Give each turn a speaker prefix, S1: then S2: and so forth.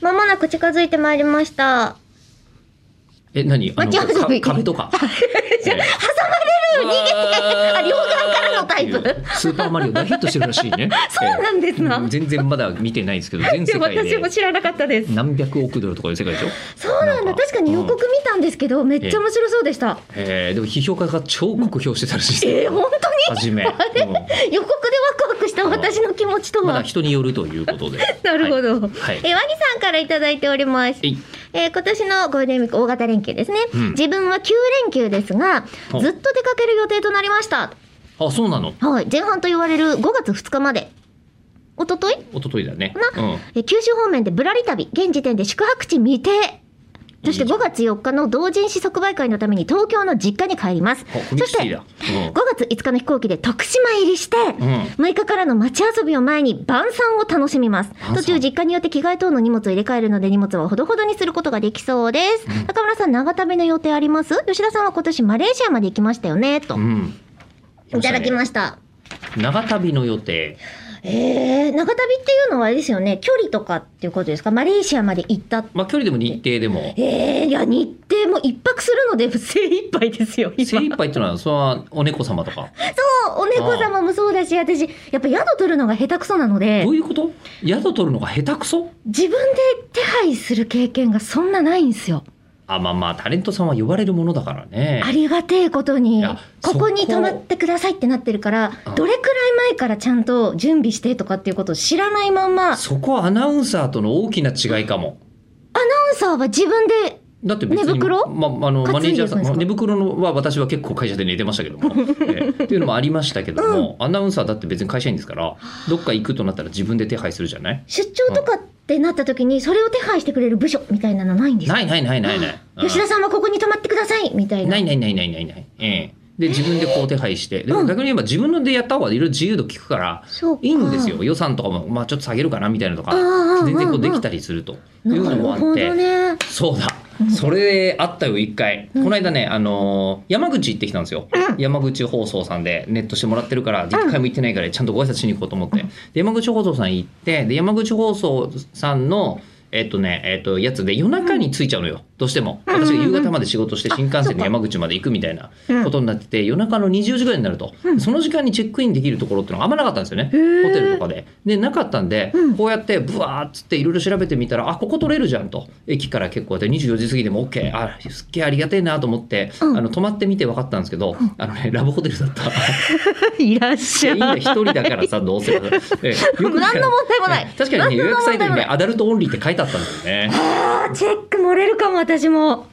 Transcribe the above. S1: まもなく近づいてまいりました。
S2: え、何あの、
S1: 街遊び
S2: か壁とか。
S1: じゃあ
S2: ね
S1: 挟まれる逃げてあ、両側からのタイプ
S2: っていうスーパーマリオ大ヒットしてるらしいね。
S1: そうなんですな
S2: ええ全然まだ見てないんですけど、全
S1: で
S2: 世
S1: も
S2: 界
S1: 私
S2: で
S1: も知らなかったです。
S2: 何百億ドルとかいう世界でしょ。
S1: そうなん
S2: な
S1: だ。
S2: んか
S1: 確かに予告見たんですけど、めっちゃ面白そうでした。
S2: えー、でも批評家が超酷評してたらしいです。
S1: えー、本当
S2: はじめ、うん
S1: に予告でワクワクした私の気持ちと
S2: まだ
S1: は。
S2: 人によるということで。
S1: なるほど。
S2: はい。はい
S1: え、ワニさんからいただいております
S2: え。い
S1: えー今年のゴールデンウィーク大型連休ですね、
S2: うん
S1: 自分は9連休ですが
S2: ほう
S1: ずっと出かける予定となりました、
S2: あ、そうなの。
S1: はい、前半と言われる5月2日までおととい
S2: 一昨日だね。
S1: なえー九州方面でぶらり旅現時点で宿泊地未定そして
S2: いいじゃ
S1: 5
S2: ん
S1: 月4日の同人誌即売会のために東京の実家に帰ります
S2: あコミュ
S1: そ
S2: ニ
S1: し
S2: ティ
S1: て
S2: だ
S1: 5月5日の飛行機で徳島入りして、
S2: うん。うん。
S1: 6日からの街遊びを前に晩餐を楽しみます
S2: 晩餐
S1: 途中実家によって着替え等の荷物を入れ替えるので荷物はほどほどにすることができそうです、
S2: うん
S1: 中村さん長旅の予定あります吉田さんは今年マレーシアまで行きましたよねと、
S2: うん。
S1: いただき
S2: す。
S1: ました
S2: 長旅の予定。
S1: えー、長旅っていうのはあれですよね距離とかっていうことですかマレーシアまで行った
S2: まあ、距離でも日程でも。
S1: えー、いや日程も一泊するので精一杯ですよ今
S2: 精一杯ってのは、それはお猫様とか。
S1: そうお猫様もそうだし私やっぱ宿取るのが下手くそなので
S2: どういうこと宿取るのが下手くそ
S1: 自分で手配する経験がそんなないんですよ
S2: あ、まあまあ、タレントさんは呼ばれるものだからね
S1: あ。りがてえことに
S2: いや
S1: ここに
S2: そこ
S1: 泊まってくださいってなってるから
S2: あ
S1: どれくらい前からちゃんと準備してとかっていうことを知らないまんまアナウン
S2: そこはアナウンサーとの大きな違いかも。
S1: サーは自分で
S2: だって別に
S1: 寝袋
S2: ま、あのマ
S1: 担
S2: ネ
S1: いで
S2: ージ
S1: い
S2: ャ
S1: くん
S2: ー
S1: ですか
S2: さんまあ寝袋のは私は結構会社で寝てましたけ ども、ええっていうのもありましたけども、アナウンサーだって別に会社員ですからどっか行くとなったら自分で手配するじゃない
S1: 出張とかってなった時にそれを手配してくれる部署みたいなのないんですか
S2: ないないないないない、うん
S1: 吉田さんはここに泊まってくださいみたいな
S2: ないないないないないない、ええで自分でこう手配してでも逆に言えば自分のでやった方がいろいろ自由度効くから
S1: そうか
S2: いいんですよ予算とかも、まあ、ちょっと下げるかなみたいなのと
S1: あ
S2: か
S1: あああ
S2: 全然こうできたりするとい
S1: な
S2: うの
S1: る
S2: もあ
S1: ほど
S2: って。
S1: ね
S2: そうだ。それあったよ、一回。この間ね、あのー山口行ってきたんですよ。山口放送さんでネットしてもらってるから、一回も行ってないから、ちゃんとご挨拶しに行こうと思って。で、山口放送さん行って、で、山口放送さんの、えっとね、えっと、やつで夜中に着いちゃうのよ。どうしても。私が夕方まで仕事して新幹線で山口まで行くみたいなことになってて、夜中の24時ぐらいになると、その時間にチェックインできるところってのがあんまなかったんですよね。
S1: へー
S2: ホテルとかで。で、なかったんで、
S1: うん
S2: こうやってブワーっつっていろいろ調べてみたら、あ、ここ取れるじゃんと。駅から結構やって24時過ぎでも OK。あ、すっげえありがてえなと思って、
S1: うん
S2: あの、泊まってみて分かったんですけど、あのね、ラブホテルだった。
S1: いらっし
S2: いいんだ、一人だからさ、ど うせ。ええよく見たら
S1: 何の問題もない
S2: ええ確かにね、
S1: 何の問題もない
S2: 予約サイトにね、アダルトオンリーって書いてあったんだよね。
S1: あーチェック漏れるかも私も